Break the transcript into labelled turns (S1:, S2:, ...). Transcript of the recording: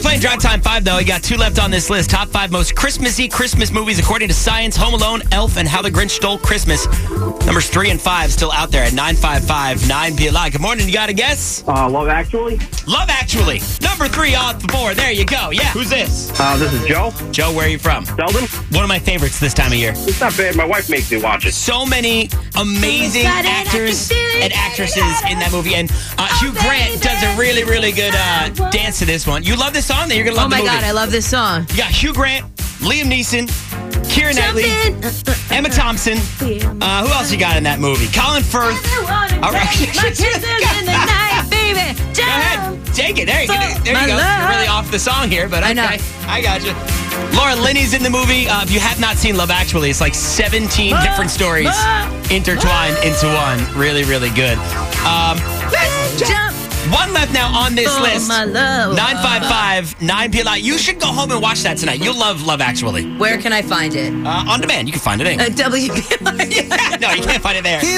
S1: playing Drive Time 5, though. You got two left on this list. Top five most Christmassy Christmas movies according to science Home Alone, Elf, and How the Grinch Stole Christmas. Numbers three and five still out there at 955 9 PLI. Good morning. You got a guess?
S2: Uh, love Actually.
S1: Love Actually. Number three off the board. There you go. Yeah. Who's this?
S2: Uh, this is Joe
S1: Joe, where are you from?
S2: Seldon.
S1: One of my favorites this time of year.
S2: It's not bad. My wife makes me watch it.
S1: so many amazing actors and actresses in that movie. And uh, Hugh Grant does a really, really good uh, dance to this one. You love this song, then you're gonna love
S3: Oh
S1: the
S3: my
S1: movie.
S3: god, I love this song.
S1: you got Hugh Grant, Liam Neeson, Keira Knightley, Emma Thompson. Uh, who else you got in that movie? Colin Firth. All right. Go ahead, take it. There you, go. there
S3: My
S1: you go. You're
S3: love.
S1: really off the song here, but okay.
S3: I know.
S1: I got you. Laura Linney's in the movie. Uh, if you have not seen Love Actually, it's like 17 different stories intertwined into one. Really, really good. Um,
S3: Jump.
S1: one left now on this
S3: Oh,
S1: list.
S3: my love.
S1: 955 9 PLI. You should go home and watch that tonight. You'll love Love Actually.
S3: Where can I find it?
S1: Uh, on demand. You can find it anywhere.
S3: At WPLI.
S1: no, you can't find it there.